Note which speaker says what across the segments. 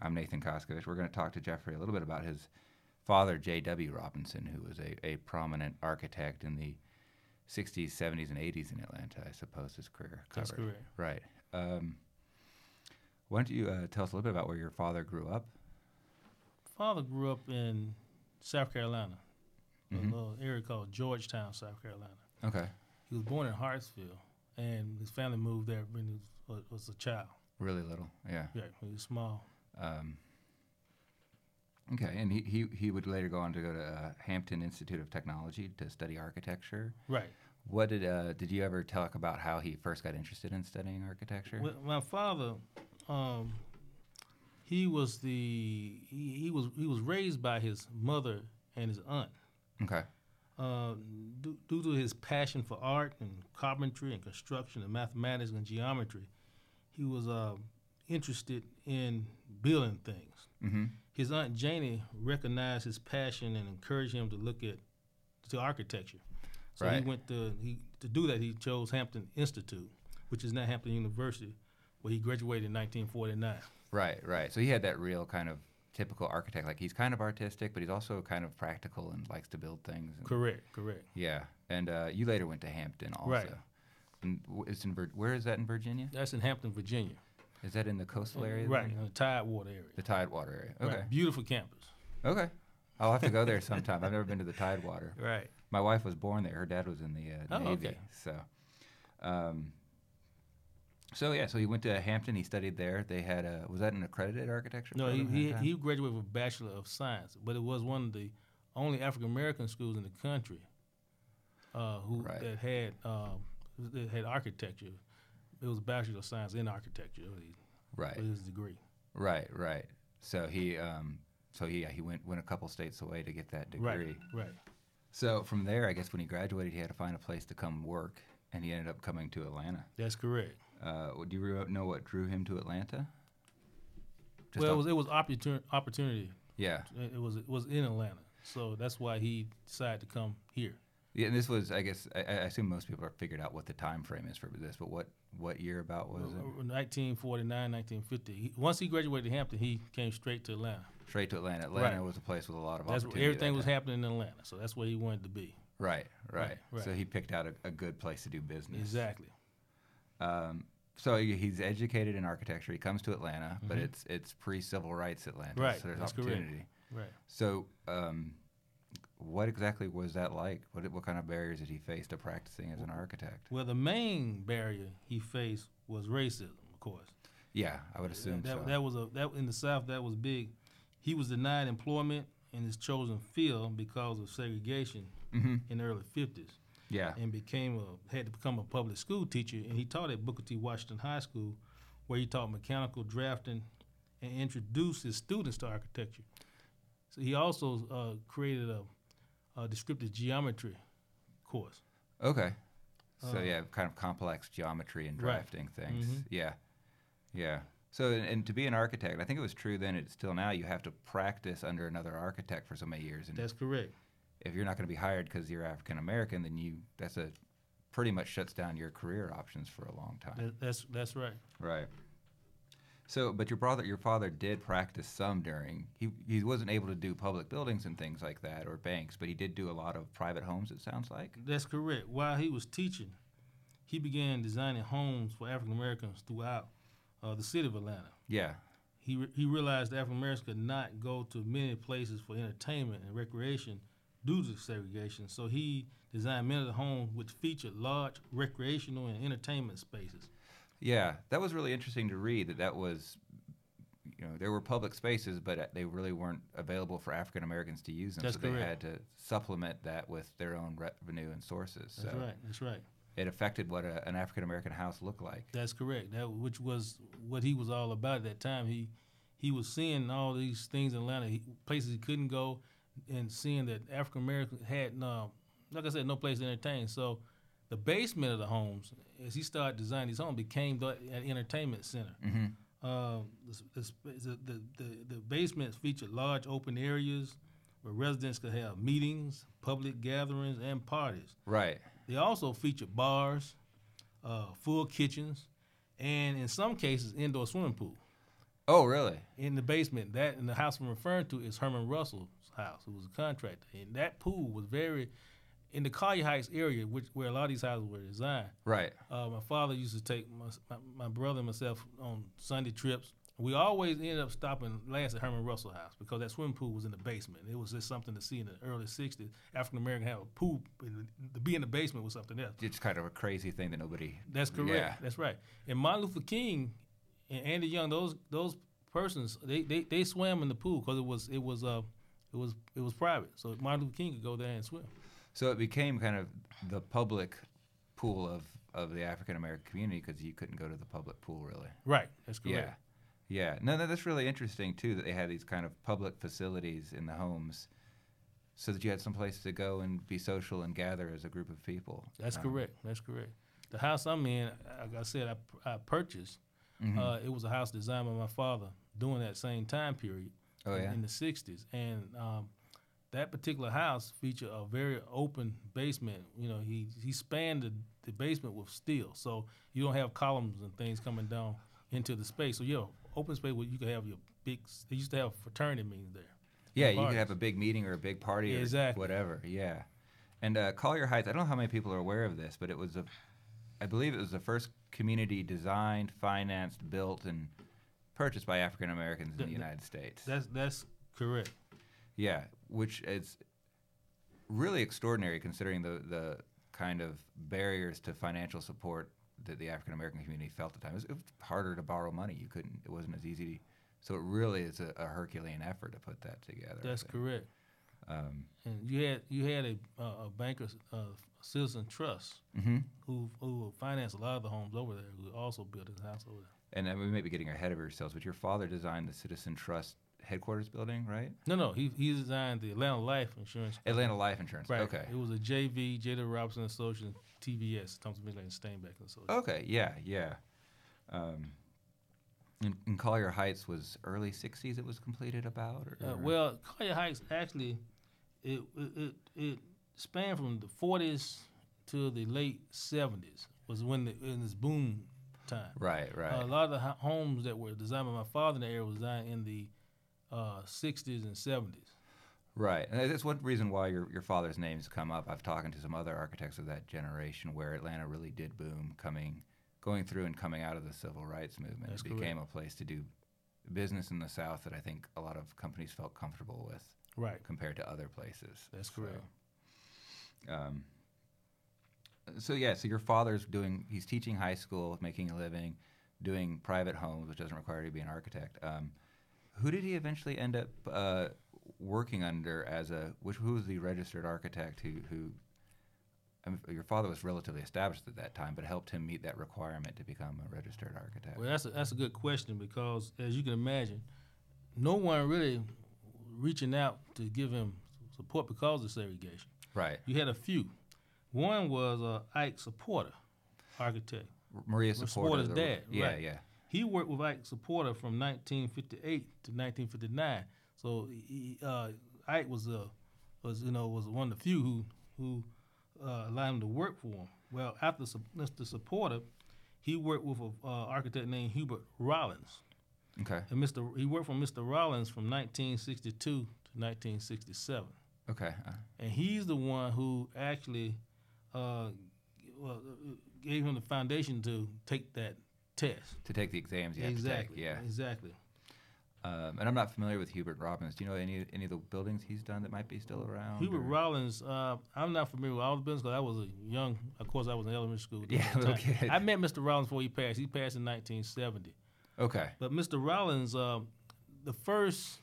Speaker 1: I'm Nathan Koskovich. We're going to talk to Jeffrey a little bit about his father, J.W. Robinson, who was a, a prominent architect in the 60s, 70s, and 80s in Atlanta, I suppose his career covered.
Speaker 2: That's correct.
Speaker 1: Right. Um, why don't you uh, tell us a little bit about where your father grew up?
Speaker 2: Father grew up in South Carolina,
Speaker 1: Mhm.
Speaker 2: a little area called Georgetown, South Carolina.
Speaker 1: Okay.
Speaker 2: He was born in Hartsville, and his family moved there when he was, was a child.
Speaker 1: Really little. Yeah.
Speaker 2: Yeah, when he was small.
Speaker 1: Um, okay. And he, he, he would later go on to go to uh, Hampton Institute of Technology to study architecture.
Speaker 2: Right.
Speaker 1: What did uh, did you ever talk about how he first got interested in studying architecture?
Speaker 2: Well, My father, um, he was the he, he was he was raised by his mother and his aunt.
Speaker 1: Okay.
Speaker 2: Uh, due, due to his passion for art and carpentry and construction and mathematics and geometry, he was uh, interested in building things.
Speaker 1: Mm-hmm.
Speaker 2: His aunt Janie recognized his passion and encouraged him to look at to architecture. So
Speaker 1: Right.
Speaker 2: he went to he to do that. He chose Hampton Institute, which is now Hampton University, where he graduated in 1949.
Speaker 1: Right. Right. So he had that real kind of typical architect. Like he's kind of artistic, but he's also kind of practical and likes to build things. and-
Speaker 2: Correct. Correct.
Speaker 1: Yeah. And uh, you later went to Hampton also.
Speaker 2: Right.
Speaker 1: And w- it's in Vir- where is that in Virginia?
Speaker 2: That's in Hampton, Virginia.
Speaker 1: Is that in the coastal area? there?
Speaker 2: Right in the Tidewater area.
Speaker 1: The Tidewater area. Okay.
Speaker 2: Right, Beautiful campus.
Speaker 1: Okay. I'll have to go there sometime. I've never been to the Tidewater.
Speaker 2: Right.
Speaker 1: My wife was born there. Her dad was in the uh,
Speaker 2: Oh,
Speaker 1: Navy.
Speaker 2: okay.
Speaker 1: So, um, so yeah. So he went to Hampton. He studied there. They had a was that an accredited architecture?
Speaker 2: No, he,
Speaker 1: program at
Speaker 2: he,
Speaker 1: that time?
Speaker 2: he graduated with a Bachelor of Science, but it was one of the only African American schools in the country uh, who
Speaker 1: Right.
Speaker 2: that had um, that had architecture. It was a Bachelor of Science in Architecture. was his-
Speaker 1: right,
Speaker 2: was his degree.
Speaker 1: right, right. So he um, so he yeah, he went went a couple states away to get that degree.
Speaker 2: Right. Right.
Speaker 1: So from there, I guess when he graduated, he had to find a place to come work, and he ended up coming to Atlanta.
Speaker 2: That's correct.
Speaker 1: Uh, do you re- know what drew him to Atlanta? Just
Speaker 2: well, it
Speaker 1: off-
Speaker 2: was it was opportunity. opportunity.
Speaker 1: yeah.
Speaker 2: It it was it was in Atlanta, so that's why he decided to come here.
Speaker 1: Yeah, and this was, I guess, I, I assume most people have figured out what the time frame is for this, but what what year about was it?
Speaker 2: Uh, 1949, 1950. He, once he graduated Hampton, he came straight to Atlanta.
Speaker 1: Straight to Atlanta. Atlanta
Speaker 2: Right.
Speaker 1: was a place with a lot of
Speaker 2: That's where
Speaker 1: opportunity.
Speaker 2: everything
Speaker 1: that
Speaker 2: was
Speaker 1: time.
Speaker 2: happening in Atlanta, so that's where he wanted to be.
Speaker 1: Right, right,
Speaker 2: Right,
Speaker 1: So
Speaker 2: right.
Speaker 1: he picked out a, a good place to do business.
Speaker 2: Exactly.
Speaker 1: Um, so he- he's educated in architecture. He comes to Atlanta, but it's it's pre civil rights Atlanta.
Speaker 2: Mm-hmm. Right,
Speaker 1: So there's
Speaker 2: that's correct.
Speaker 1: opportunity.
Speaker 2: Right.
Speaker 1: So um, what exactly was that like? What what kind of barriers did he face to practicing as an architect?
Speaker 2: Well, the main barrier he faced was racism, of course.
Speaker 1: Yeah, I would assume
Speaker 2: that,
Speaker 1: so.
Speaker 2: that was a that in the South that was big. He was denied employment in his chosen field because of segregation
Speaker 1: hmm
Speaker 2: in the early fifties,
Speaker 1: Yeah.
Speaker 2: and became a had to become a public school teacher. And he taught at Booker T. Washington High School, where he taught mechanical drafting and introduced his students to architecture. So he also uh, created a, a descriptive geometry course.
Speaker 1: Okay. So
Speaker 2: Uh,
Speaker 1: yeah, kind of complex geometry and
Speaker 2: Right.
Speaker 1: drafting things.
Speaker 2: Mhm.
Speaker 1: Yeah, yeah. So and, and to be an architect, I think it was true then. It's still now. You have to practice under another architect for so many years, and
Speaker 2: That's correct.
Speaker 1: if you're not going to be hired because you're African American, then you that's a pretty much shuts down your career options for a long time.
Speaker 2: That, that's that's right.
Speaker 1: Right. So, but your brother, your father did practice some during. He he wasn't able to do public buildings and things like that or banks, but he did do a lot of private homes. It sounds like.
Speaker 2: That's correct. While he was teaching, he began designing homes for African Americans throughout uh, the city of Atlanta.
Speaker 1: Yeah.
Speaker 2: He, re- he realized African Americans could not go to many places for entertainment and recreation due to segregation, so he designed many of the homes which featured large recreational and entertainment spaces.
Speaker 1: Yeah, that was really interesting to read that that was, you know, there were public spaces, but uh, they really weren't available for African Americans to use them.
Speaker 2: That's
Speaker 1: so they had
Speaker 2: correct.
Speaker 1: to supplement that with their own revenue and sources.
Speaker 2: That's
Speaker 1: so
Speaker 2: right. That's right.
Speaker 1: it affected what a, an African American house looked like.
Speaker 2: That's correct. That which was what he was all about at that time. He he was seeing all these things in Atlanta, he, places he couldn't go, and seeing that African Americans had no, like I said, no place to entertain. So the basement of the homes, as he started designing these homes, became the, an entertainment center.
Speaker 1: hmm
Speaker 2: Uh, the, s- the, s- the, the, the basements featured large open areas where residents could have meetings, public gatherings, and parties.
Speaker 1: Right.
Speaker 2: They also featured bars, uh, full kitchens, and in some cases, indoor swimming pool.
Speaker 1: Oh, really?
Speaker 2: in the basement. That and the house I'm referring to is Herman Russell's house, who was a contractor. And that pool was very in the Collier Heights area, which where a lot of these houses were designed.
Speaker 1: Right.
Speaker 2: Uh, my father used to take my, my, my brother and myself on Sunday trips. We always ended up stopping last at Herman Russell House because that swimming pool was in the basement. It was just something to see in the early '60s. African American have a pool, and to be in the basement was something else.
Speaker 1: It's kind of a crazy thing that nobody.
Speaker 2: That's correct.
Speaker 1: Yeah.
Speaker 2: That's right. And Martin Luther King and Andy Young, those those persons, they they, they swam in the pool because it was it was uh it was it was private, so Martin Luther King could go there and swim.
Speaker 1: So it became kind of the public pool of, of the African American community because you couldn't go to the public pool really.
Speaker 2: Right. That's correct.
Speaker 1: Yeah. Yeah. No, no, that's really interesting too that they had these kind of public facilities in the homes so that you had some place to go and be social and gather as a group of people.
Speaker 2: That's
Speaker 1: Um,
Speaker 2: correct. That's correct. The house I'm in, like I said, I, I purchased.
Speaker 1: Mm-hmm.
Speaker 2: Uh, it was a house designed by my father during that same time period.
Speaker 1: Oh,
Speaker 2: in-
Speaker 1: yeah?
Speaker 2: In the '60s, and um, that particular house featured a very open basement. You know, he he spanned the, the basement with steel, so you don't have columns and things coming down into the space. So yeah, open space where you could have your big. s- They used to have fraternity meetings there.
Speaker 1: Yeah, you could
Speaker 2: parties.
Speaker 1: have a big meeting or a big party
Speaker 2: Yeah,
Speaker 1: or
Speaker 2: exactly.
Speaker 1: whatever. Yeah. And uh, Collier Heights, I don't know how many people are aware of this, but it was a, I believe it was the first community designed, financed, built, and purchased by African Americans in
Speaker 2: Th-
Speaker 1: the
Speaker 2: th-
Speaker 1: United States.
Speaker 2: That's that's correct.
Speaker 1: Yeah, which is really extraordinary considering the the kind of barriers to financial support that the African American community felt at the time. It was, it was harder to borrow money. You couldn't. It wasn't as easy. So it really is a, a Herculean effort to put that together. I
Speaker 2: That's
Speaker 1: think.
Speaker 2: correct.
Speaker 1: Um,
Speaker 2: And you had you had a uh, a banker, uh, citizen trust
Speaker 1: mhm.
Speaker 2: who who financed a lot of the homes over there. Who also built his house over there.
Speaker 1: And uh, we may be getting ahead of ourselves, but your father designed the Citizen Trust headquarters building, right?
Speaker 2: No, no, he he designed the Atlanta Life Insurance.
Speaker 1: Atlanta Life Insurance.
Speaker 2: Right.
Speaker 1: Eh, Okay.
Speaker 2: It was a JV, Jada Robinson Associates, TBS, Thompson Midland Steinbeck and Associates. Uh,
Speaker 1: Okay. Yeah. Yeah. Um, and, and Collier Heights was early '60s. It was completed about. Or,
Speaker 2: Uh, well, Collier Heights actually, it it it, it spanned from the 40s to the late 70s was when the, in this boom time.
Speaker 1: Right, right.
Speaker 2: Uh, a lot of the ho- homes that were designed by my father in the area was designed in the uh, 60s and 70s.
Speaker 1: right. And that's one reason why your, your father's name's come up. I've talked to some other architects of that generation where Atlanta really did boom coming going through and coming out of the civil rights movement.
Speaker 2: That's
Speaker 1: it became a place to do business in the South that I think a lot of companies felt comfortable with
Speaker 2: Right.
Speaker 1: compared to other places.
Speaker 2: That's correct.
Speaker 1: So, um, so yeah, so your father's doing he's teaching high school, making a living, doing private homes, which doesn't require you to be an architect. Um, who did he eventually end up uh, working under as a which who was the registered architect who who I mean, your father was relatively established at that time, but helped him meet that requirement to become a registered architect.
Speaker 2: Well, that's a, that's a good question because, as you can imagine, no one really reaching out to give him support because of segregation.
Speaker 1: Right,
Speaker 2: You had a few. One was uh, Ike Supporter, architect.
Speaker 1: Maria
Speaker 2: Well,
Speaker 1: supported
Speaker 2: Supporter's
Speaker 1: the-
Speaker 2: dad,
Speaker 1: Yeah,
Speaker 2: right.
Speaker 1: yeah,
Speaker 2: He worked with Ike Supporter from 1958 to 1959. So he, uh, Ike was uh, was you know was one of the few who who uh, allowed him to work for him. Well, after Sup- Mr. Supporter, he worked with a uh, architect named Hubert Rollins.
Speaker 1: okay,
Speaker 2: And Mr. He worked for Mr. Rollins from 1962 to 1967,
Speaker 1: okay. Uh,
Speaker 2: and he's the one who actually uh, well, gave him the foundation to take that test.
Speaker 1: to take the exams, you have to
Speaker 2: exactly.
Speaker 1: take. Yeah,
Speaker 2: Exactly.
Speaker 1: Um, and I'm not familiar with Hubert Robbins. Do you know any any of the buildings he's done that might be still around?
Speaker 2: Hubert
Speaker 1: or-
Speaker 2: Rollins. Uh, I'm not familiar with all the business because I was a young. Of course, I was in elementary school. during
Speaker 1: Yeah,
Speaker 2: that time.
Speaker 1: okay.
Speaker 2: I met Mr. Rollins before he passed. He passed in 1970.
Speaker 1: Okay.
Speaker 2: But Mr. Rollins, uh, the first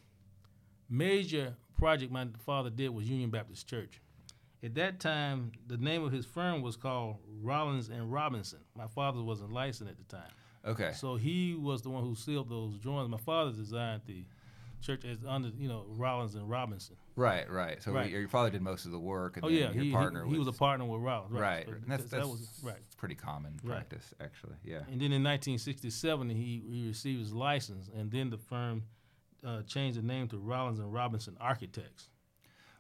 Speaker 2: major project my father did was Union Baptist Church. At that time, the name of his firm was called Rollins and Robinson. My father wasn't licensed at the time,
Speaker 1: Okay.
Speaker 2: so he was the one who sealed those drawings. My father designed the church as under, you know, Rollins and Robinson.
Speaker 1: Right. Right. So
Speaker 2: Right.
Speaker 1: your father did most of the work, and
Speaker 2: Oh
Speaker 1: then
Speaker 2: yeah,
Speaker 1: your
Speaker 2: he, he-
Speaker 1: partner
Speaker 2: he was a partner with Rollins.
Speaker 1: right.
Speaker 2: So
Speaker 1: right. And that's,
Speaker 2: th-
Speaker 1: that's
Speaker 2: that was right.
Speaker 1: Pretty common
Speaker 2: Right.
Speaker 1: practice, actually. Yeah.
Speaker 2: And then in 1967, he, he received his license, and then the firm uh, changed the name to Rollins and Robinson Architects.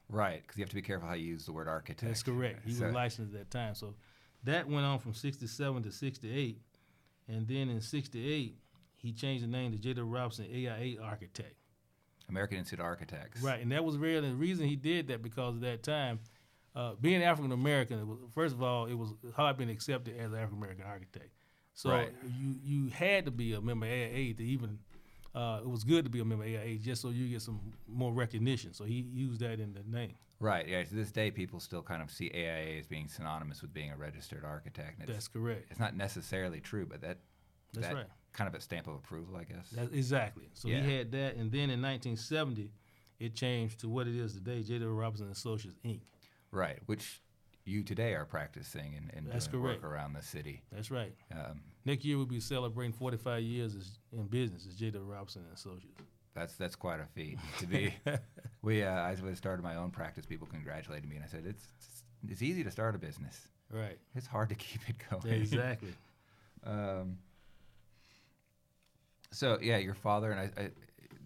Speaker 1: Right. Because you have to be careful how you use the word architect.
Speaker 2: That's correct. He
Speaker 1: So-
Speaker 2: was licensed at that time. So that went on from 67 to 68. And then in 68, he changed the name to Jada Robson AIA Architect.
Speaker 1: American Institute of Architects.
Speaker 2: Right, and that was real. And the reason he did that because at that time, uh, being African American, first of all, it was hard being accepted as an African American architect. So
Speaker 1: Right.
Speaker 2: you you had to be a member of AIA to even. Uh, it was good to be a member of AIA just so you get some more recognition. So he used that in the name.
Speaker 1: Right. Yeah. To this day, people still kind of see AIA as being synonymous with being a registered architect. And it's,
Speaker 2: That's correct.
Speaker 1: it's not necessarily true, but that
Speaker 2: That's
Speaker 1: that
Speaker 2: right.
Speaker 1: kind of a stamp of approval, I guess.
Speaker 2: That, exactly. So
Speaker 1: Yeah.
Speaker 2: he had that, and then in 1970, it changed to what it is today, J.D. Robinson and Associates Inc.
Speaker 1: right. Which you today are practicing and, and
Speaker 2: That's
Speaker 1: doing work
Speaker 2: correct.
Speaker 1: around the city.
Speaker 2: That's right.
Speaker 1: Um,
Speaker 2: Next year we'll be celebrating 45 years as, in business as J.D. Robinson and Associates.
Speaker 1: that's that's quite a feat to be. we uh, as I started my own practice, people congratulated me, and I said it's it's, it's easy to start a business.
Speaker 2: Right.
Speaker 1: It's hard to keep it going.
Speaker 2: Exactly.
Speaker 1: Um, so yeah, your father and I, I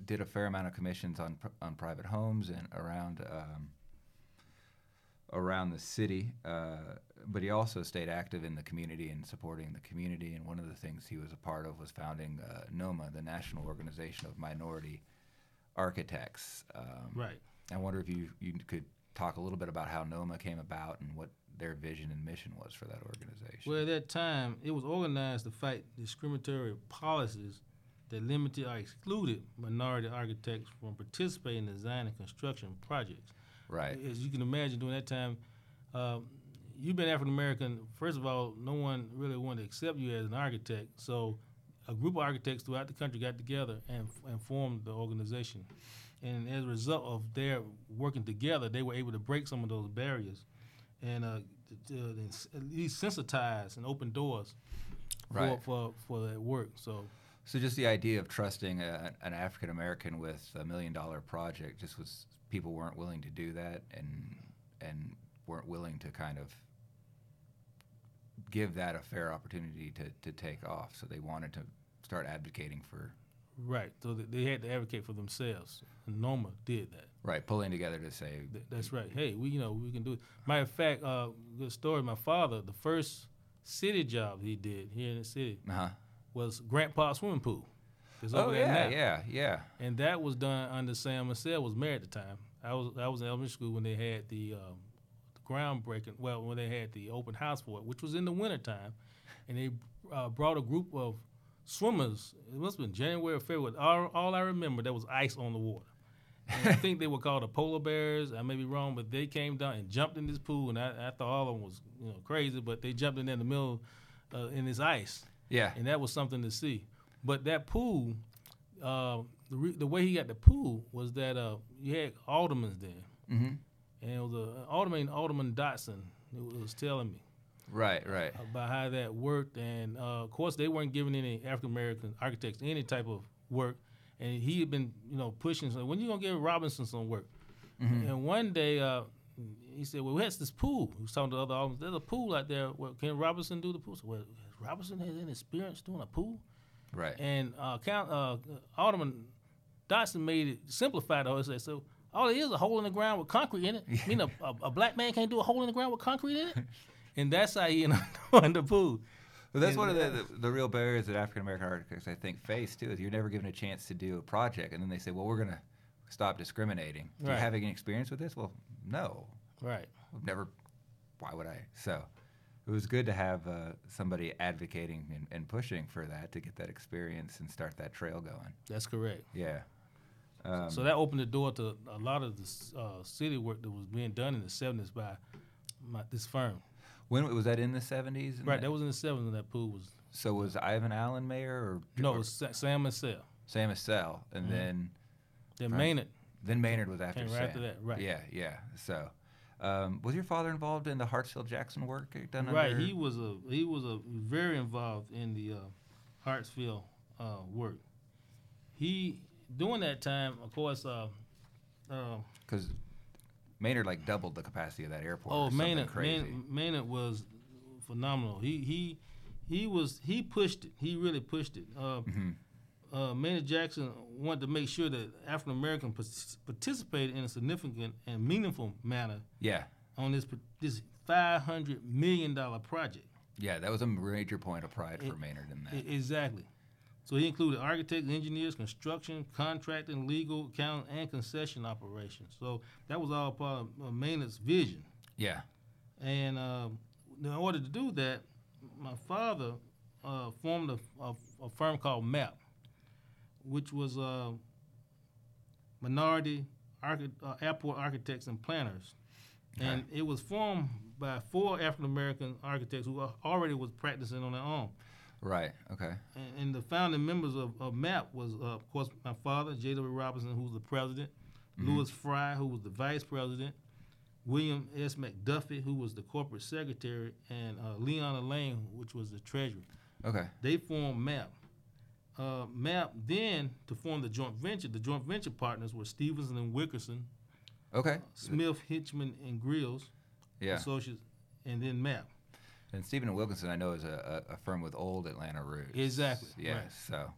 Speaker 1: did a fair amount of commissions on pr- on private homes and around um, around the city. Uh, but he also stayed active in the community and supporting the community. And one of the things he was a part of was founding uh, NOMA, the National Organization of Minority Architects. Um,
Speaker 2: right.
Speaker 1: I wonder if you you could talk a little bit about how NOMA came about and what their vision and mission was for that organization.
Speaker 2: Well, at that time, it was organized to fight discriminatory policies that limited or excluded minority architects from participating in design and construction projects.
Speaker 1: right.
Speaker 2: As you can imagine, during that time, um, you've been African American. First of all, no one really wanted to accept you as an architect. So, a group of architects throughout the country got together and, and formed the organization. And as a result of their working together, they were able to break some of those barriers and uh, to, to at least sensitize and open doors
Speaker 1: Right.
Speaker 2: for, for, for that work. So,
Speaker 1: So just the idea of trusting a, an African American with a million dollar project just was people weren't willing to do that and and weren't willing to kind of give that a fair opportunity to, to take off. So they wanted to start advocating for
Speaker 2: right. So, th- they had to advocate for themselves. And NOMA did that.
Speaker 1: right pulling together to say
Speaker 2: Th- That's right. Hey, we you know we can do it. Matter of fact, uh, good story. My father, the first city job he did here in the city
Speaker 1: uh
Speaker 2: was Grandpa swimming pool. It's
Speaker 1: oh
Speaker 2: over there
Speaker 1: yeah
Speaker 2: now.
Speaker 1: yeah yeah
Speaker 2: And that was done under Sam Marcel was mayor at the time. I was I was in elementary school when they had the um, groundbreaking. Well, when they had the open house for it, which was in the wintertime, and they uh, brought a group of swimmers. It must have been January or February. All, all I remember there was ice on the water. And I think they were called the polar bears. I may be wrong, but they came down and jumped in this pool. And I, I thought all of them was you know crazy, but they jumped in there in the middle uh, in this ice
Speaker 1: yeah
Speaker 2: and that was something to see. But that pool, uh, the, re- the way he got the pool was that uh, you had aldermans then,
Speaker 1: hmm
Speaker 2: and it was a alderman, Alderman Dotson, who was telling me
Speaker 1: right right
Speaker 2: about how that worked. And uh, of course, they weren't giving any African American architects any type of work. And he had been, you know, pushing. So when you gonna give Robinson some work? And one day, uh, he said, "Well, where's this pool?" He was talking to other aldermen. There's a pool out there. Well, can Robinson do the pool? So, well, Robinson has any experience doing a pool?
Speaker 1: right
Speaker 2: And uh, count, uh, Alderman Dotson made it simplified the whole thing. So all it is a hole in the ground with concrete in it. I mean, a, a, a black man can't do a hole in the ground with concrete in it. And that's how he ended up doing the pool.
Speaker 1: Well, that's
Speaker 2: Yeah,
Speaker 1: one of
Speaker 2: yeah.
Speaker 1: the, the, the real barriers that African American architects, I think, face too. Is you're never given a chance to do a project, and then they say, "Well, we're going to stop discriminating." Do
Speaker 2: Right.
Speaker 1: you have any experience with this? Well, no,
Speaker 2: Right.
Speaker 1: I've never. Why would I? So, it was good to have uh, somebody advocating and, and pushing for that to get that experience and start that trail going.
Speaker 2: That's correct.
Speaker 1: Yeah. Um,
Speaker 2: so that opened the door to a lot of the s- uh, city work that was being done in the 70s by my, this firm.
Speaker 1: when was that in the 70s? And
Speaker 2: Right.
Speaker 1: that-
Speaker 2: That was in the 70s when that pool was.
Speaker 1: so was Ivan Allen mayor or
Speaker 2: No,
Speaker 1: or
Speaker 2: it was Mm-hmm. Sa- Sam Marcel.
Speaker 1: Sam Estelle, and then
Speaker 2: Then Maynard.
Speaker 1: Then Maynard was after
Speaker 2: Came right
Speaker 1: Sam.
Speaker 2: after that, right.
Speaker 1: Yeah, yeah. So, um, was your father involved in the Hartsfield Jackson work it done
Speaker 2: Right.
Speaker 1: under?
Speaker 2: He was a he was a very involved in the uh, Hartsfield uh, work. He during that time, of course. Uh, uh,
Speaker 1: because Maynard like doubled the capacity of that airport. or
Speaker 2: oh,
Speaker 1: something
Speaker 2: Maynard,
Speaker 1: crazy.
Speaker 2: Maynard, Maynard was phenomenal. He he he was he pushed it. He really pushed it. Uh,
Speaker 1: Mhm.
Speaker 2: uh, Maynard Jackson wanted to make sure that African Americans partic- participated in a significant and meaningful manner
Speaker 1: Yeah,
Speaker 2: on this pa- this five hundred million dollar project.
Speaker 1: yeah. That was a major point of pride for Maynard in that.
Speaker 2: E- Exactly. So he included architects, engineers, construction, contracting, legal, accounting, and concession operations. So that was all part of uh, Maynard's vision.
Speaker 1: Yeah.
Speaker 2: And uh, in order to do that, my father uh, formed a, a, a firm called MAP, which was uh, Minority Archi- uh, Airport Architects and Planners. And it was formed by four African American architects who al- already was practicing on their own.
Speaker 1: Right. Okay.
Speaker 2: And, and the founding members of, of MAP was, uh, of course, my father, J.W. Robinson, who was the president, Lewis Fry, who was the vice president, William S. McDuffie, who was the corporate secretary, and uh, Leon Elaine, which was the treasurer.
Speaker 1: Okay.
Speaker 2: They formed MAP. Uh, MAP then to form the joint venture. The joint venture partners were Stevenson and Wickerson,
Speaker 1: Okay.
Speaker 2: Smith, Hitchman, and Grills
Speaker 1: Yeah.
Speaker 2: Associates, and then MAP.
Speaker 1: And Stephen and Wilkinson, I know, is a, a, a firm with old Atlanta roots.
Speaker 2: Exactly,
Speaker 1: Yeah.
Speaker 2: right.
Speaker 1: So.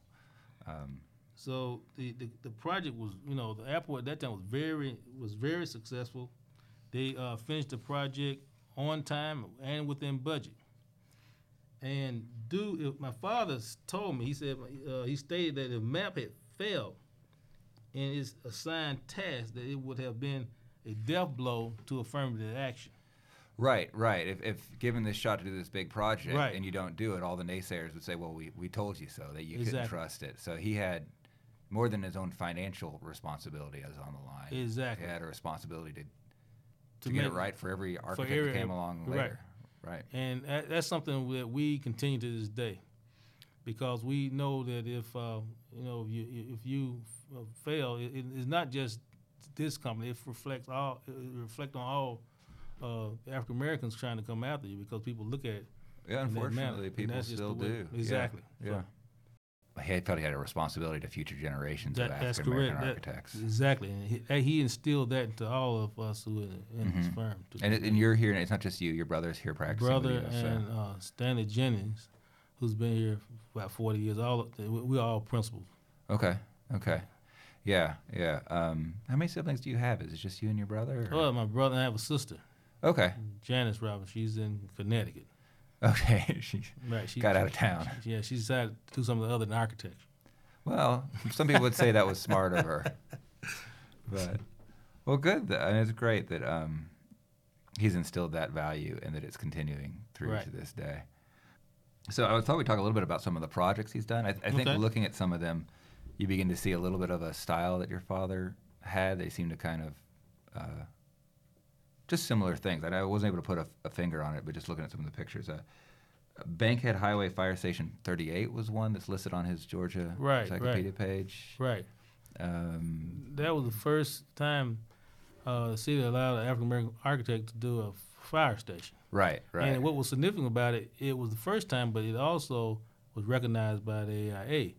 Speaker 1: Um,
Speaker 2: So the, the, the project was, you know, the airport at that time was very was very successful. They uh, finished the project on time and within budget. And do if my father s- told me he said uh, he stated that if MAP had failed in its assigned task, that it would have been a death blow to affirmative action.
Speaker 1: Right, right. If, if given this shot to do this big project
Speaker 2: Right.
Speaker 1: and you don't do it, all the naysayers would say, "Well, we, we told you so that you couldn't
Speaker 2: Exactly.
Speaker 1: trust it." So he had more than his own financial responsibility as on the line.
Speaker 2: Exactly.
Speaker 1: he had a responsibility to, to, get it
Speaker 2: make-
Speaker 1: right for every architect
Speaker 2: every-
Speaker 1: that came along
Speaker 2: right.
Speaker 1: later. Right.
Speaker 2: And that, that's something that we continue to this day, because we know that if uh, you know if you, if you uh, fail, it, it- it's not just this company. It reflects all it reflect on all uh, African Americans trying to come after you because people look at it.
Speaker 1: Yeah,
Speaker 2: in that manner,
Speaker 1: unfortunately,
Speaker 2: and
Speaker 1: people
Speaker 2: that's just the
Speaker 1: still
Speaker 2: way-
Speaker 1: do. Yeah,
Speaker 2: Exactly.
Speaker 1: Yeah. He felt he had a responsibility to future generations
Speaker 2: That-
Speaker 1: of
Speaker 2: that's
Speaker 1: African
Speaker 2: correct.
Speaker 1: American
Speaker 2: That-
Speaker 1: architects.
Speaker 2: Exactly, and he, and he instilled that into all of us who in, in
Speaker 1: Mm-hmm.
Speaker 2: his firm. to
Speaker 1: and,
Speaker 2: this
Speaker 1: it, and you're here, and it's not just you. Your brother's here practicing. with
Speaker 2: brother
Speaker 1: you, so-
Speaker 2: and uh, Stanley Jennings, who's been here for about forty years. All of- we- we all principals.
Speaker 1: Okay. Okay. Yeah. Yeah. Um, how many siblings do you have? Is it just you and your brother? or-
Speaker 2: Oh, my brother and I have a sister.
Speaker 1: Okay.
Speaker 2: Janice Robbins. She's in Connecticut.
Speaker 1: Okay. she
Speaker 2: Right. She
Speaker 1: got out of town.
Speaker 2: Yeah, she decided to do something other than architecture.
Speaker 1: Well, some people would say that was smart of her. But well, good. th- And it's great that um, he's instilled that value and that it's continuing through
Speaker 2: Right.
Speaker 1: to this day. So I thought we'd talk a little bit about some of the projects he's done. I, I think
Speaker 2: Okay.
Speaker 1: looking at some of them, you begin to see a little bit of a style that your father had. They seem to kind of uh, just similar things. I, I wasn't able to put a, a finger on it, but just looking at some of the pictures. Uh, Bankhead Highway Fire Station 38 was one that's listed on his Georgia
Speaker 2: Right, right.
Speaker 1: encyclopedia page.
Speaker 2: Right.
Speaker 1: Um,
Speaker 2: That was the first time uh, the city allowed an African American architect to do a fire station.
Speaker 1: right, right.
Speaker 2: And what was significant about it, it was the first time, but it also was recognized by the AIA.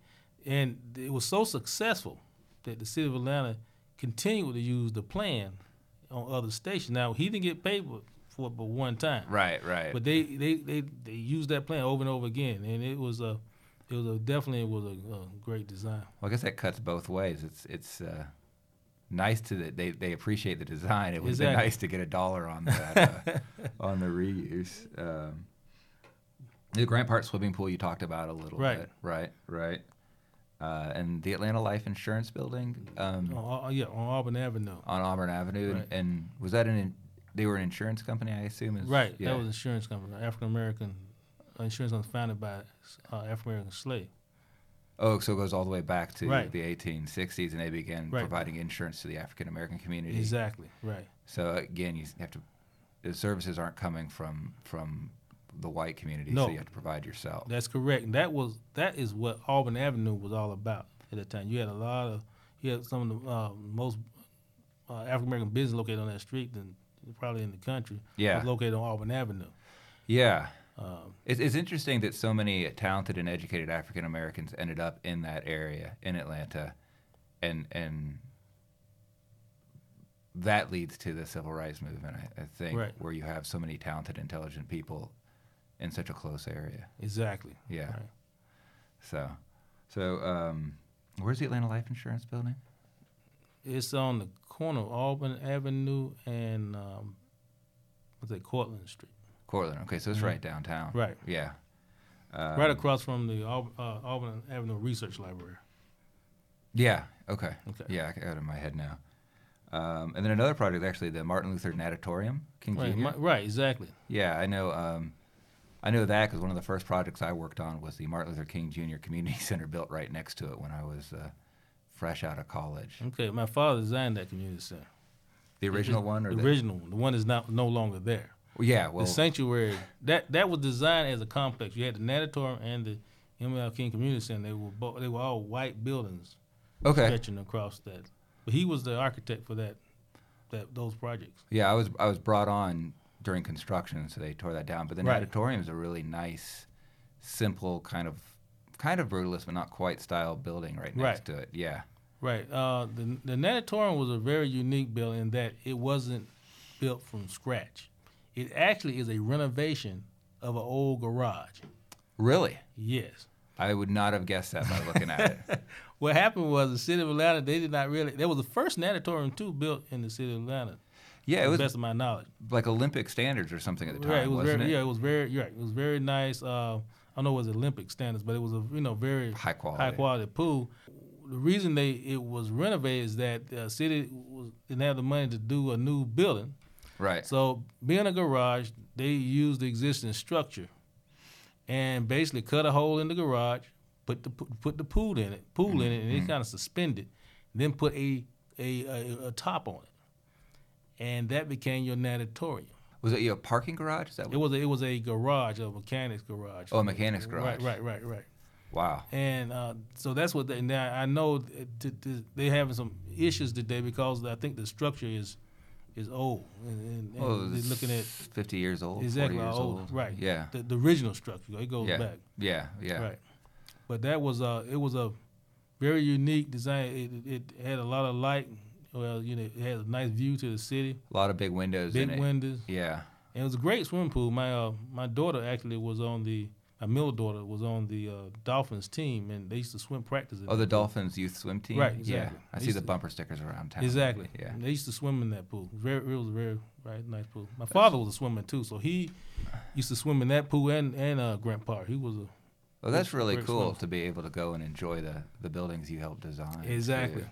Speaker 2: And it was so successful that the city of Atlanta continued to use the plan on other stations. Now, he didn't get paid for for it but one time.
Speaker 1: right, right.
Speaker 2: But they, they, they, they used that plan over and over again, and it was a, it was a definitely it was a, a great design.
Speaker 1: well, I guess that cuts both ways. It's it's uh, nice to that they, they appreciate the design. It would have been
Speaker 2: Exactly.
Speaker 1: nice to get a dollar on that uh, on the reuse. Um, the Grant Park swimming pool you talked about a little
Speaker 2: Right.
Speaker 1: bit. Right, right. Uh, and the Atlanta Life Insurance Building. Um,
Speaker 2: On, Au- yeah, on Auburn Avenue.
Speaker 1: on Auburn Avenue,
Speaker 2: Right.
Speaker 1: and, and was that an? in- They were an insurance company, I assume. Is,
Speaker 2: Right,
Speaker 1: Yeah.
Speaker 2: that was an insurance company, African American insurance company founded by uh, African American slave.
Speaker 1: oh, so it goes all the way back to
Speaker 2: Right.
Speaker 1: the 1860s, and they began
Speaker 2: Right.
Speaker 1: providing insurance to the African American community.
Speaker 2: Exactly, right,
Speaker 1: So again, you have to. The services aren't coming from from the white community,
Speaker 2: No.
Speaker 1: so you have to provide yourself.
Speaker 2: that's correct. And that was that is what Auburn Avenue was all about at that time. You had a lot of, you had some of the uh, most uh, African American business located on that street than probably in the country.
Speaker 1: Yeah.
Speaker 2: was located on Auburn Avenue.
Speaker 1: Yeah.
Speaker 2: Um,
Speaker 1: It's, it's interesting that so many talented and educated African Americans ended up in that area in Atlanta, and and that leads to the civil rights movement. I, I think
Speaker 2: Right.
Speaker 1: where you have so many talented, intelligent people in such a close area.
Speaker 2: exactly.
Speaker 1: Yeah.
Speaker 2: Right.
Speaker 1: So, so um, where's the Atlanta Life Insurance Building?
Speaker 2: It's on the corner of Auburn Avenue and um, what's that, Cortland Street.
Speaker 1: Cortland. Okay, so it's
Speaker 2: Mhm.
Speaker 1: right downtown.
Speaker 2: Right.
Speaker 1: Yeah. Um,
Speaker 2: right across from the Aub- uh, Auburn Avenue Research Library.
Speaker 1: Yeah. Okay.
Speaker 2: Okay.
Speaker 1: Yeah, I got it in my head now. Um, and then another project, actually, the Martin Luther Natatorium, King
Speaker 2: Right,
Speaker 1: Jr.
Speaker 2: my- right, exactly.
Speaker 1: yeah, I know. Um, I know that because one of the first projects I worked on was the Martin Luther King Jr. Community Center built right next to it when I was uh, fresh out of college.
Speaker 2: Okay, my father designed that community center.
Speaker 1: The original one, or
Speaker 2: The
Speaker 1: the,
Speaker 2: original one, the one is not no longer there.
Speaker 1: Well, yeah, well,
Speaker 2: the sanctuary that that was designed as a complex. You had the natatorium and the ML King Community Center. They were both they were all white buildings
Speaker 1: okay,
Speaker 2: stretching across that. But he was the architect for that that those projects.
Speaker 1: yeah, I was I was brought on during construction, so they tore that down. But the
Speaker 2: Right.
Speaker 1: Natatorium is a really nice, simple kind of kind of brutalist, but not quite style building right next
Speaker 2: Right.
Speaker 1: to it. Yeah,
Speaker 2: Right. Uh, the the natatorium was a very unique building in that it wasn't built from scratch. It actually is a renovation of an old garage.
Speaker 1: really.
Speaker 2: Yes.
Speaker 1: I would not have guessed that by looking at it.
Speaker 2: What happened was the city of Atlanta. They did not really. That was the first natatorium too built in the city of Atlanta.
Speaker 1: Yeah, it
Speaker 2: to the
Speaker 1: was
Speaker 2: best of my knowledge.
Speaker 1: like Olympic standards or something at the time,
Speaker 2: right, it was
Speaker 1: wasn't
Speaker 2: very,
Speaker 1: it?
Speaker 2: Yeah, it was very. You're right. It was very nice. Uh, I don't know it was Olympic standards, but it was a you know very
Speaker 1: High quality.
Speaker 2: high quality pool. The reason they it was renovated is that the city was, didn't have the money to do a new building.
Speaker 1: Right.
Speaker 2: So being a garage, they used the existing structure, and basically cut a hole in the garage, put the po- put the pool in it, pool in it, and
Speaker 1: Mm-hmm.
Speaker 2: it kind of suspended. Then put a a, a a top on it, and that became your natatorium.
Speaker 1: was it your parking garage? Is that
Speaker 2: It
Speaker 1: what?
Speaker 2: was a, it was a garage, a mechanic's garage.
Speaker 1: Oh, a mechanic's garage.
Speaker 2: Right, right, right, right.
Speaker 1: Wow.
Speaker 2: And uh, so that's what they. Now I know th- th- th- they having some issues today because I think the structure is is old, and, and, and
Speaker 1: Oh,
Speaker 2: they're looking at
Speaker 1: fifty years old. 40
Speaker 2: exactly how
Speaker 1: years
Speaker 2: old, right?
Speaker 1: Yeah.
Speaker 2: the, the original structure. It goes
Speaker 1: yeah.
Speaker 2: back,
Speaker 1: yeah. Yeah.
Speaker 2: right? But that was a it was a very unique design. It, it had a lot of light. Well, you know, it had a nice view to the city,
Speaker 1: A lot of big windows
Speaker 2: big
Speaker 1: in it.
Speaker 2: windows.
Speaker 1: yeah.
Speaker 2: And it was a great swimming pool. My uh, my daughter actually was on the my middle daughter was on the uh, Dolphins team, and they used to swim practice. in
Speaker 1: Oh,
Speaker 2: that
Speaker 1: the
Speaker 2: pool.
Speaker 1: Dolphins youth swim team.
Speaker 2: Right,
Speaker 1: Yeah.
Speaker 2: exactly.
Speaker 1: I
Speaker 2: They
Speaker 1: see
Speaker 2: used
Speaker 1: the
Speaker 2: to-
Speaker 1: bumper stickers around town.
Speaker 2: Exactly.
Speaker 1: Yeah.
Speaker 2: They used to swim in that pool. Very, it was a very right nice pool. My father was a swimmer too, so he used to swim in that pool and and uh, Grant Park. He was a
Speaker 1: Well, that's really
Speaker 2: Great
Speaker 1: cool
Speaker 2: swimming.
Speaker 1: to be able to go and enjoy the the buildings you helped design. too.
Speaker 2: Exactly.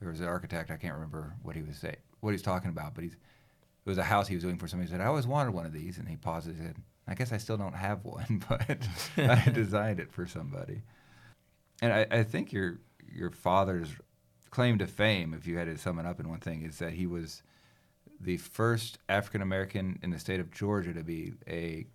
Speaker 1: There was an architect I can't remember what he was say what he was talking about, but he's it was a house he was doing for somebody. He said, "I always wanted one of these," and he paused and said, "I guess I still don't have one, but I designed it for somebody." And I, I think your your father's claim to fame, if you had to sum it up in one thing, is that he was the first African American in the state of Georgia to be a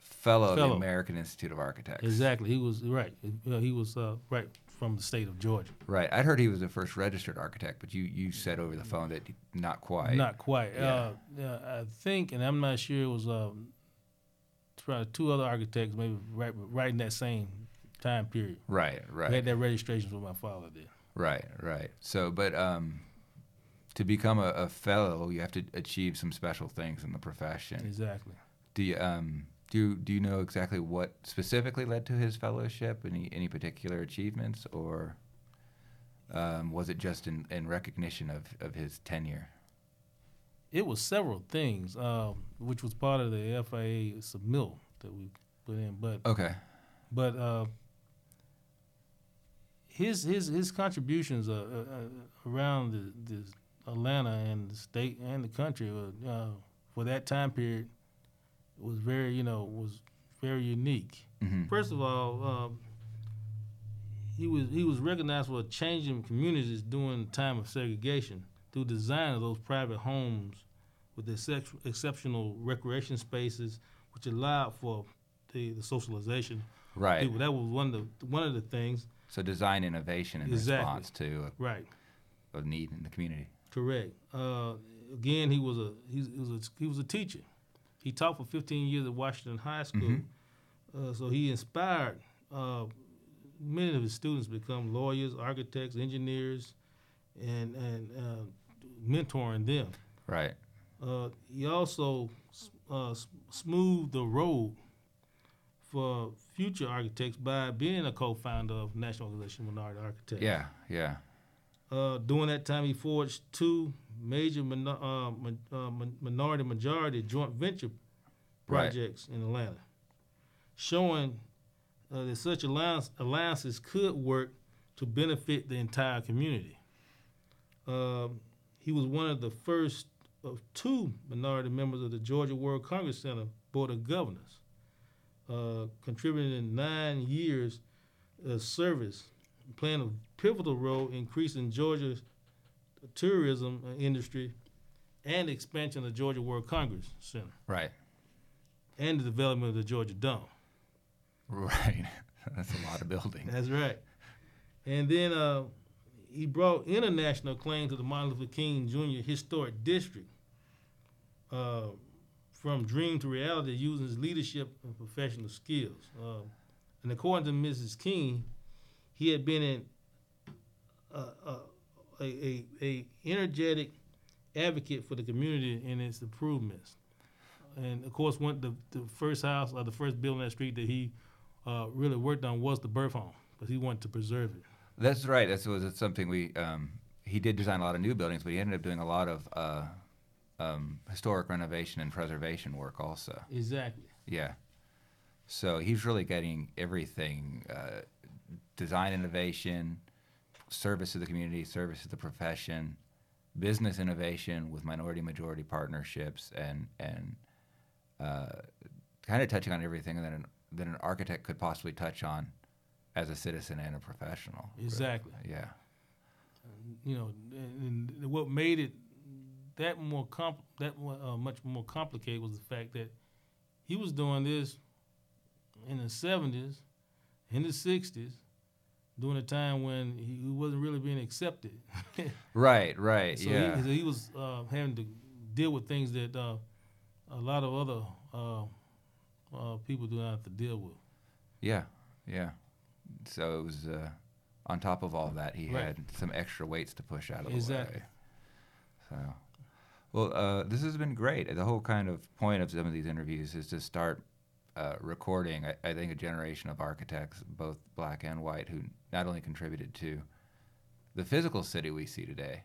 Speaker 1: fellow, of the
Speaker 2: Fellow.
Speaker 1: American Institute of Architects.
Speaker 2: exactly. He was right. Yeah, He was uh, right from the state of Georgia.
Speaker 1: Right. I'd heard he was the first registered architect, but you, you said over the phone that not quite.
Speaker 2: Not quite.
Speaker 1: Yeah.
Speaker 2: Uh, yeah, I think, and I'm not sure. It was uh, probably two other architects, maybe right right in that same time period.
Speaker 1: Right, right.
Speaker 2: We had that registration for my father did.
Speaker 1: Right, right. So, but um, to become a, a fellow, you have to achieve some special things in the profession.
Speaker 2: Exactly.
Speaker 1: Do you um do you, do you know exactly what specifically led to his fellowship? Any any particular achievements, or um, was it just in, in recognition of, of his tenure?
Speaker 2: It was several things, um, which was part of the FIA submit that we put in, but
Speaker 1: Okay,
Speaker 2: but uh, his his his contributions uh, uh, uh, around the, the Atlanta and the state and the country uh, uh, for that time period was very you know was very unique.
Speaker 1: hmm
Speaker 2: First of all, um, he was he was recognized for changing communities during the time of segregation through design of those private homes with their sex, exceptional recreation spaces, which allowed for the, the socialization
Speaker 1: right.
Speaker 2: people. That was one of the one of the things.
Speaker 1: So design innovation in
Speaker 2: Exactly.
Speaker 1: response to
Speaker 2: Right.
Speaker 1: a, a need in the community.
Speaker 2: Correct. Uh, again, he was a he, was a he was a teacher. He taught for 15 years at Washington High School, uh, so he inspired uh, many of his students to become lawyers, architects, engineers, and and uh, mentoring them.
Speaker 1: Right.
Speaker 2: Uh, he also s- uh, s- smoothed the road for future architects by being a co-founder of National Organization of Minority Architects.
Speaker 1: Yeah. Yeah.
Speaker 2: Uh, during that time, he forged two major min- uh, min- uh, min- minority majority joint venture
Speaker 1: Right.
Speaker 2: projects in Atlanta. showing uh, that such alliance, alliances could work to benefit the entire community. Um, he was one of the first of two minority members of the Georgia World Congress Center Board of Governors, uh, contributing nine years of service, playing a pivotal role in increasing Georgia's tourism uh, industry and expansion of the Georgia World Congress Center
Speaker 1: Right.
Speaker 2: and the development of the Georgia Dome.
Speaker 1: Right. That's a lot of building.
Speaker 2: That's right. And then uh, he brought international acclaim to the Martin Luther King Jr. Historic District. Uh, from dream to reality, using his leadership and professional skills. Uh, and according to Mrs. King, he had been an uh, uh, a, a, a energetic advocate for the community and its improvements. And of course, one the, the first house or the first building on that street that he uh, really worked on was the birth home, but he wanted to preserve it.
Speaker 1: That's right. That's was it's something we um, he did design a lot of new buildings, but he ended up doing a lot of uh, um, historic renovation and preservation work also.
Speaker 2: Exactly.
Speaker 1: Yeah. So he's really getting everything: uh, design innovation, service to the community, service to the profession, business innovation with minority-majority partnerships, and and uh, kind of touching on everything that an, that an architect could possibly touch on as a citizen and a professional.
Speaker 2: Exactly.
Speaker 1: Yeah.
Speaker 2: You know, and, and what made it that more comp that more, uh, much more complicated was the fact that he was doing this in the seventies, in the sixties, during a time when he wasn't really being accepted.
Speaker 1: Right. Right.
Speaker 2: So
Speaker 1: yeah.
Speaker 2: he, so he was uh, having to deal with things that uh, a lot of other uh, uh, people do not have to deal with.
Speaker 1: Yeah, yeah. So it was uh, on top of all that, he
Speaker 2: Right.
Speaker 1: had some extra weights to push out of
Speaker 2: Exactly.
Speaker 1: the way. So, well, uh, this has been great. The whole kind of point of some of these interviews is to start uh, recording. I, I think a generation of architects, both black and white, who not only contributed to the physical city we see today,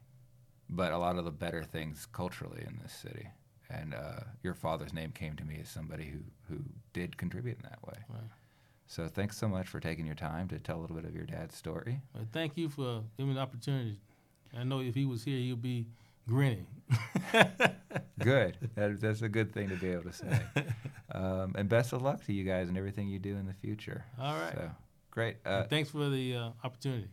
Speaker 1: but a lot of the better things culturally in this city. And uh, your father's name came to me as somebody who, who did contribute in that way.
Speaker 2: Right.
Speaker 1: So thanks so much for taking your time to tell a little bit of your dad's story.
Speaker 2: Well, thank you for giving me the opportunity. I know if he was here, he'd be grinning.
Speaker 1: Good. that, that's a good thing to be able to say. Um, and best of luck to you guys and everything you do in the future.
Speaker 2: All right.
Speaker 1: So, great. Uh,
Speaker 2: And Thanks for the uh, opportunity.